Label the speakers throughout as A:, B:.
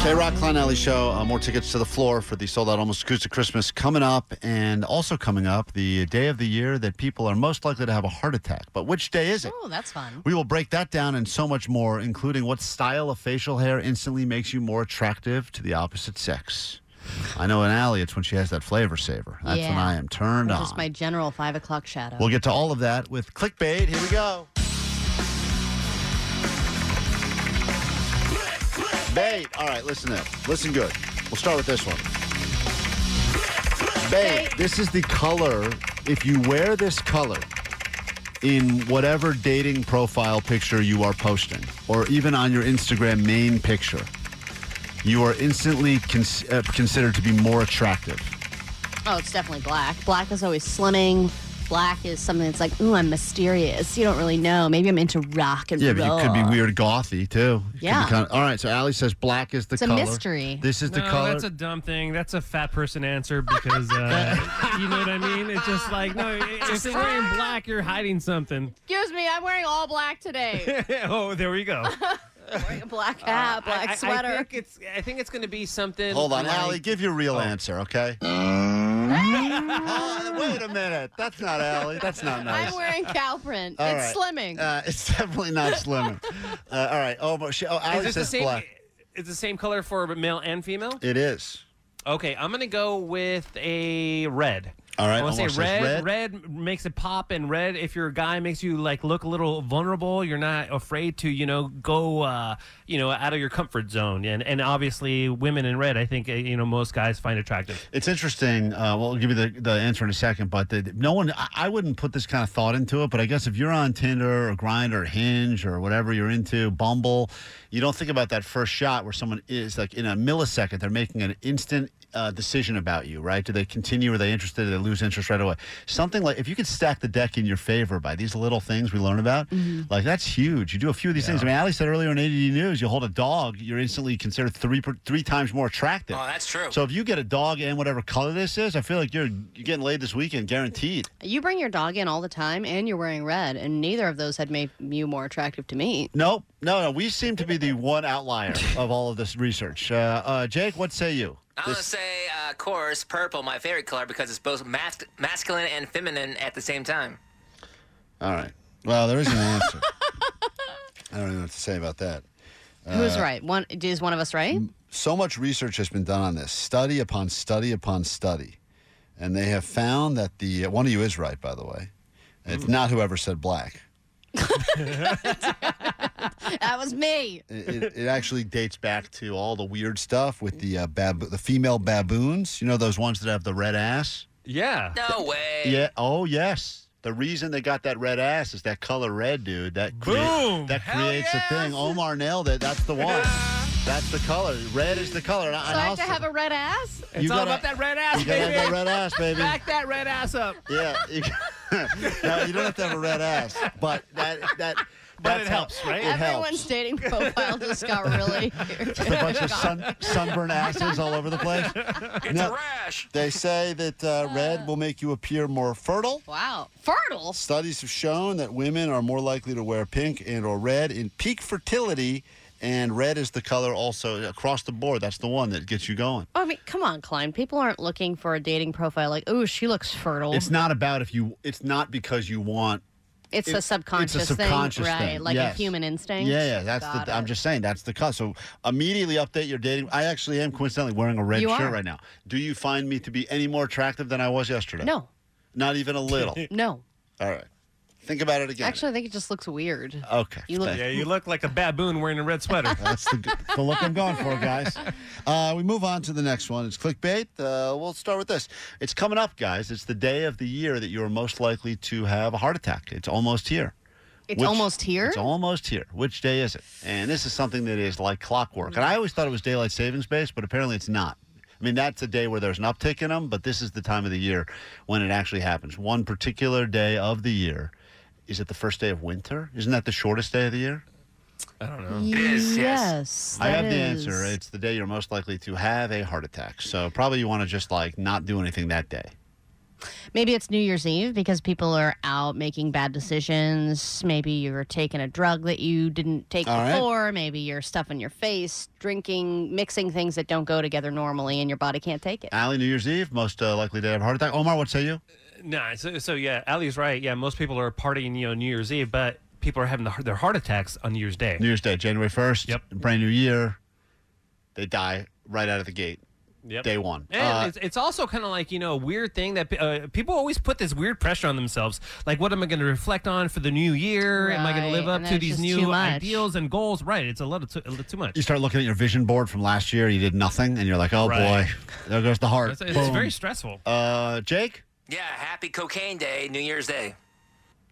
A: K Rock Klein Alley Show. Uh, more tickets to the floor for the sold out almost acoustic Christmas coming up. And also coming up, the day of the year that people are most likely to have a heart attack. But which day is it?
B: Oh, that's fun.
A: We will break that down and so much more, including what style of facial hair instantly makes you more attractive to the opposite sex. I know in Allie, it's when she has that flavor saver. That's when
B: Yeah.
A: I am turned on.
B: Just my general five o'clock shadow.
A: We'll get to all of that with clickbait. Here we go. Bait. All right, listen up. Listen good. We'll start with this one. Bait. This is the color. If you wear this color in whatever dating profile picture you are posting, or even on your Instagram main picture, you are instantly cons- uh, considered to be more attractive.
B: oh, it's definitely black. Black is always slimming. Black is something that's like, ooh, I'm mysterious. You don't really know. Maybe I'm into rock and
A: Yeah, but
B: roll.
A: you could be weird gothy too. You could be
B: Yeah.
A: kinda- all right, so Allie says black is the
B: It's a
A: color.
B: mystery.
A: This is the
C: no,
A: color.
C: that's a dumb thing. That's a fat person answer because uh, you know what I mean. It's just like no, if you're wearing black, you're hiding something.
B: Excuse me, I'm wearing all black today.
C: oh, there we go.
B: Wearing a black hat, black
C: I- I,
B: sweater.
C: I think it's. I think it's going to be something.
A: Hold on,
C: like-
A: Allie, give your real answer, okay? Oh, wait a minute. That's not Allie. That's not nice.
B: I'm wearing cow print.
A: All
B: it's
A: right.
B: slimming.
A: Uh, it's definitely not slimming. uh, all right. Oh, but she, oh Allie
C: Is this the
A: says
C: same?
A: black.
C: It's the same color for male and female.
A: It is.
C: Okay, I'm going to go with a red.
A: All right,
C: I want to
A: Omar
C: say
A: says
C: red,
A: red.
C: red. makes it pop, and red, if you're a guy, makes you like look a little vulnerable. You're not afraid to, you know, go, uh, you know, out of your comfort zone. And and obviously, women in red, I think, uh, you know, most guys find attractive.
A: It's interesting. Uh, well, I'll give you the, the answer in a second, but the, no one, I, I wouldn't put this kind of thought into it. But I guess if you're on Tinder or Grinder or Hinge or whatever you're into, Bumble, you don't think about that first shot where someone is like in a millisecond, they're making an instant uh, decision about you, right? Do they continue? Are they interested? Do they lose interest right away? Something like if you could stack the deck in your favor by these little things we learn about, like that's huge. You do a few of these things. I mean, Ali said earlier in ADD News, you hold a dog, you're instantly considered three, per- three times more attractive.
D: Oh, that's true.
A: So if you get a dog and whatever color this is, I feel like you're, you're getting laid this weekend, guaranteed.
B: you bring your dog in all the time and you're wearing red, and neither of those had made you more attractive to me.
A: Nope, no, no. We seem to be the one outlier of all of this research. Uh, uh, Jake, what say you?
D: I'm gonna say, uh, of course, purple, my favorite color, because it's both mas- masculine and feminine at the same time.
A: All right. Well, there is an answer. I don't even know what to say about that.
B: Who's
A: Uh,
B: right? One is one of us right?
A: so much research has been done on this, study upon study upon study, and they have found that the one of you is right, by the way. It's not whoever said black.
B: that was me.
A: It, it, it actually dates back to all the weird stuff with the uh, bab- the female baboons. You know those ones that have the red ass.
C: Yeah.
D: No way.
A: Yeah. Oh yes. The reason they got that red ass is that color red, dude. That crea-
C: Boom!
A: That
C: Hell
A: creates a thing. Omar nailed it. That's the one. That's the color. Red is the color. And I-
B: So
A: and
B: I have to
A: also-
B: have a red ass?
C: It's
A: You
C: all
A: gotta-
C: about that red ass,
A: You gotta have that
C: baby.
A: red ass, baby.
C: Back that red ass up.
A: Yeah. You, no, you don't have to have a red ass, but that that
C: But
A: that's
C: it
A: how-
C: helps, right?
A: It
B: Everyone's
A: helps.
B: dating profile just got really
A: It's a bunch of sun, sunburned asses all over the place.
D: It's
A: No.
D: a rash.
A: They say that uh, red will make you appear more fertile.
B: Wow. Fertile.
A: Studies have shown that women are more likely to wear pink and or red in peak fertility, and red is the color also across the board. That's the one that gets you going.
B: I mean, come on, Klein. People aren't looking for a dating profile like, oh, she looks fertile.
A: It's
B: It's,
A: not about if you. It's not because you want
B: a subconscious,
A: it's a subconscious
B: thing,
A: thing,
B: right? Like
A: yes.
B: a human instinct.
A: Yeah, yeah, that's
B: Got
A: the.
B: it.
A: I'm just saying that's the cut. So immediately update your dating. I actually am coincidentally wearing a red
B: You
A: shirt
B: are.
A: right now. Do you find me to be any more attractive than I was yesterday?
B: No,
A: not even a little.
B: no.
A: All right, think about it again.
B: Actually, I think it just looks weird.
A: okay,
B: you look-
A: thank-
C: Yeah, you look like a baboon wearing a red sweater.
A: That's the, g- the look I'm going for, guys. Uh, we move on to the next one. It's clickbait. Uh, we'll start with this. It's coming up, guys. It's the day of the year that you are most likely to have a heart attack. It's almost here.
B: It's
A: Which-
B: almost here.
A: It's almost here. Which day is it? And this is something that is like clockwork. And I always thought it was daylight savings based, but apparently it's not. I mean, that's a day where there's an uptick in them, but this is the time of the year when it actually happens. One particular day of the year. Is it the first day of winter? Isn't that the shortest day of the year?
C: I don't know.
D: is, yes.
A: I
B: that
A: have the answer.
B: is.
A: It's the day you're most likely to have a heart attack. So probably you want to just like not do anything that day.
B: Maybe it's New Year's Eve because people are out making bad decisions. Maybe you're taking a drug that you didn't take
A: All right.
B: before. Maybe you're stuffing your face, drinking, mixing things that don't go together normally, and your body can't take it.
A: Allie, New Year's Eve, most uh, likely day of heart attack. Omar, what say you?
C: Nah, so, so yeah, Ali's right. Yeah, most people are partying, you know, New Year's Eve, but people are having the, their heart attacks on New Year's Day.
A: New Year's Day, January 1st.
C: Yep.
A: Brand new year. They die right out of the gate.
C: Yep.
A: Day one.
C: And
A: Uh,
C: it's, it's also kind of like, you know, a weird thing that uh, people always put this weird pressure on themselves. Like, what am I going to reflect on for the new year? Am I going to
B: Right,
C: live up
B: and
C: to
B: it's
C: these
B: just too
C: new
B: much.
C: ideals and goals? Right. It's a little too, a little too much.
A: you start looking at your vision board from last year. You did nothing, and you're like, oh
C: Right.
A: boy, there goes the heart.
C: It's, it's
A: Boom.
C: very stressful.
A: uh, Jake,
D: Yeah, happy cocaine day, New Year's Day.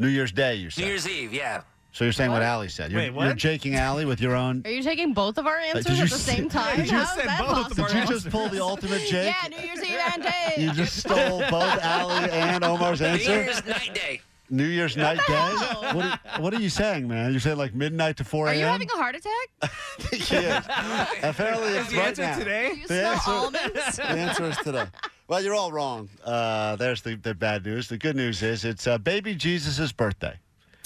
A: New Year's Day, you
D: New
A: said.
D: Year's Eve, yeah.
A: so you're saying what, Allie said. You're,
C: Wait, what?
A: you're jaking Allie with your own.
B: Are you taking both of our answers
A: you
B: at the
A: say-
B: same time?
A: Did you
B: How is
C: said
B: that
C: both of
B: possible?
C: our
A: Did you just pull the ultimate, Jake?
E: Yeah, New Year's Eve and day.
A: You just stole both Allie and Omar's
D: New
A: answer.
D: Year's Night Day.
A: New Year's night day. What are, what are you saying, man? You're saying like midnight to 4
B: Are
A: a.m.
B: you having a heart attack?
A: Yes. Apparently, it's
C: the
A: right
C: answer
A: now.
C: today?
B: Do you
A: The
B: smell
A: answer-
B: almonds?
A: The answer is today. Well, you're all wrong. Uh, there's the, the bad news. The good news is it's uh, baby Jesus' birthday.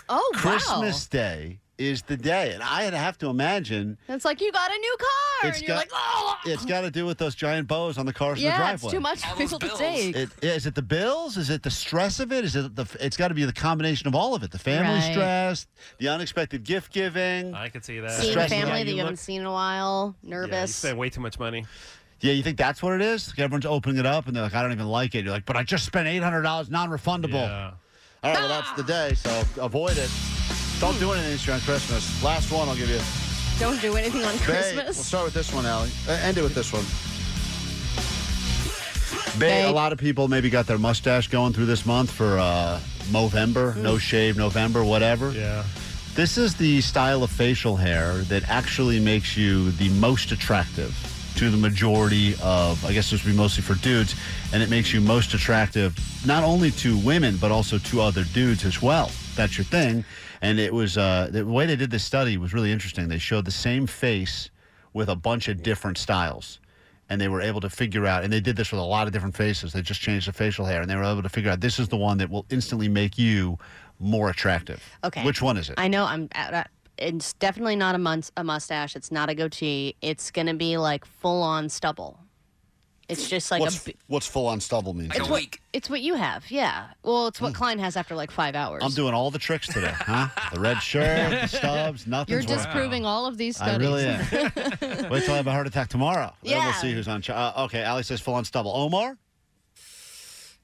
E: oh, wow.
A: Christmas Day is the day. And I'd have to imagine
E: It's like you got a new car,
A: It's
E: and you're
A: got-
E: like, oh,
A: it's got to do with those giant bows on the cars in the
E: yeah,
A: driveway.
E: it's too much for
D: All those
E: people to
D: bills.
E: take.
A: It, is it the bills? Is it the stress of it? Is it the? It's got to be the combination of all of it. The family
B: Right.
A: stress, the unexpected gift giving.
C: I could see that.
B: Seeing
A: Stressing
B: family
A: out.
B: that you
C: look-
B: haven't seen in a while, nervous.
C: Yeah, you spend way too much money.
A: Yeah, you think that's what it is? Like everyone's opening it up and they're like, I don't even like it. You're like, but I just spent eight hundred dollars non-refundable.
C: Yeah.
A: All right, well that's the day, so avoid it. Don't do anything this year on Christmas. Last one, I'll give you.
E: Don't do anything on
A: Babe, we'll
E: Christmas.
A: start with this one, Allie. Uh, end it with this one. Babe, a lot of people maybe got their mustache going through this month for uh, Movember, no shave November, whatever.
C: Yeah.
A: This is the style of facial hair that actually makes you the most attractive to the majority of, I guess this would be mostly for dudes, and it makes you most attractive not only to women, but also to other dudes as well. That's your thing. And it was, uh, the way they did this study was really interesting. They showed the same face with a bunch of different styles. And they were able to figure out, and they did this with a lot of different faces. They just changed the facial hair, and they were able to figure out this is the one that will instantly make you more attractive.
B: Okay.
A: Which one is it?
B: I know I'm. I- I- It's definitely not a mun- a mustache. It's not a goatee. It's gonna be like full on stubble. It's just like a.
A: What's,
B: b-
A: what's full on stubble means?
D: Like a week.
B: It's what you have, yeah. Well, it's what Klein has after like five hours.
A: Hmm. I'm doing all the tricks today, huh? The red shirt, the stubs, nothing.
B: You're disproving all of these
A: I
B: studies.
A: really am. Wait till I have a heart attack tomorrow. Then
B: Yeah.
A: we'll see who's on. Ch- uh, okay, Ali says full on stubble. Omar,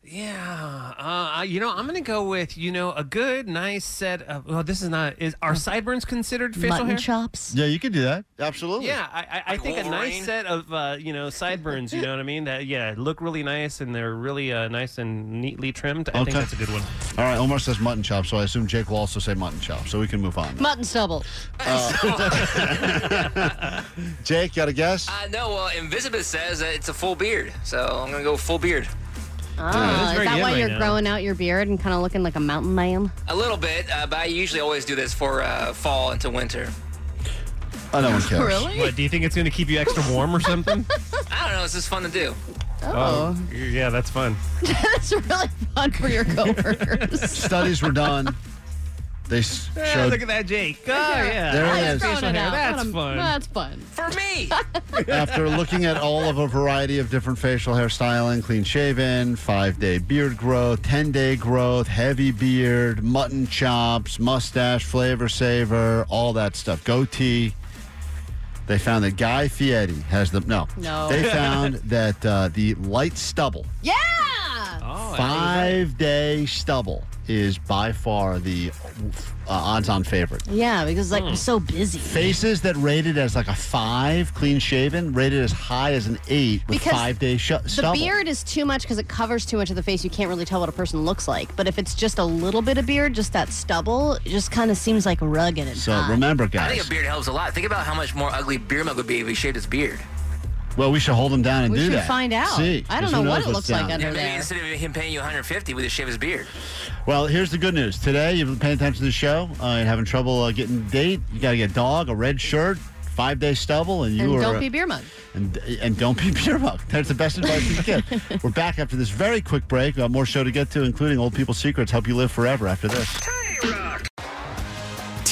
C: Yeah, uh, I- you know, I'm gonna go with you know a good, nice set of. Well, this is not. Is are sideburns considered facial
B: Mutton
C: hair?
B: chops.
A: yeah, you could do that. Absolutely.
C: Yeah, I, I, I
D: Like
C: think a
D: Wolverine?
C: nice set of uh, you know sideburns. You know what I mean? That yeah, look really nice and they're really uh, nice and neatly trimmed. I
A: Okay.
C: think that's a good one.
A: All right, Omar says mutton chop, so I assume Jake will also say mutton chop, so we can move on.
B: Mutton stubble.
A: Jake, got a guess?
D: Uh, no, well, Invisible says that it's a full beard, so I'm gonna go full beard.
C: that's
B: Ah, is
C: very
B: that
C: good
B: why
C: right
B: you're
C: now.
B: growing out your beard and kind of looking like a mountain man?
D: A little bit, uh, but I usually always do this for uh, fall into winter.
A: Oh, no one cares.
C: What do you think it's gonna keep you extra warm or something?
D: I don't know, it's just fun to do.
C: oh, yeah, that's fun.
B: That's really fun for your coworkers.
A: Studies were done. They s- showed.
C: Ah, look at that, Jake. Oh yeah,
A: There
C: I
A: it
C: like
A: is.
C: facial
B: Throwing it
C: hair.
B: out.
C: That's
B: What a-
C: fun.
B: That's fun.
D: For me!
A: After looking at all of a variety of different facial hair styling, clean shaven, five day beard growth, 10 day growth, heavy beard, mutton chops, mustache, flavor saver, all that stuff, goatee. They found that Guy Fieri has the no.
B: No.
A: They found that uh, the light stubble,
B: Yeah.
C: oh, I-
A: five day stubble, is by far the uh, odds-on favorite.
B: Yeah, because like
A: Hmm.
B: we're so busy.
A: Faces that rated as like a five, clean shaven, rated as high as an eight with
B: Because
A: five day sh-
B: The beard is too much because it covers too much of the face. You can't really tell what a person looks like. But if it's just a little bit of beard, just that stubble, it just kind of seems like rugged and
A: So
B: odd.
A: remember,
D: I think
A: guys.
D: a beard helps a lot. Think about how much more ugly beer mug would be if he shaved his beard.
A: Well, we should hold him down and
B: We
A: do
B: should
A: that.
B: find out.
A: See,
B: I don't
A: 'cause
B: know
A: who
B: what
A: knows
B: it
A: what's
B: looks like
A: down.
B: under-
D: Yeah, maybe
B: there.
D: instead of him paying you 150, we just shave his beard.
A: Well, here's the good news. Today, you've been paying attention to the show. Uh, you're having trouble uh, getting a date. You got to get a dog, a red shirt, five day stubble, and you
B: and
A: are
B: don't be beer mug.
A: and, and don't be beer mug. That's the best advice you can get. We're back after this very quick break. We got more show to get to, including old people secrets. Help you live forever after this.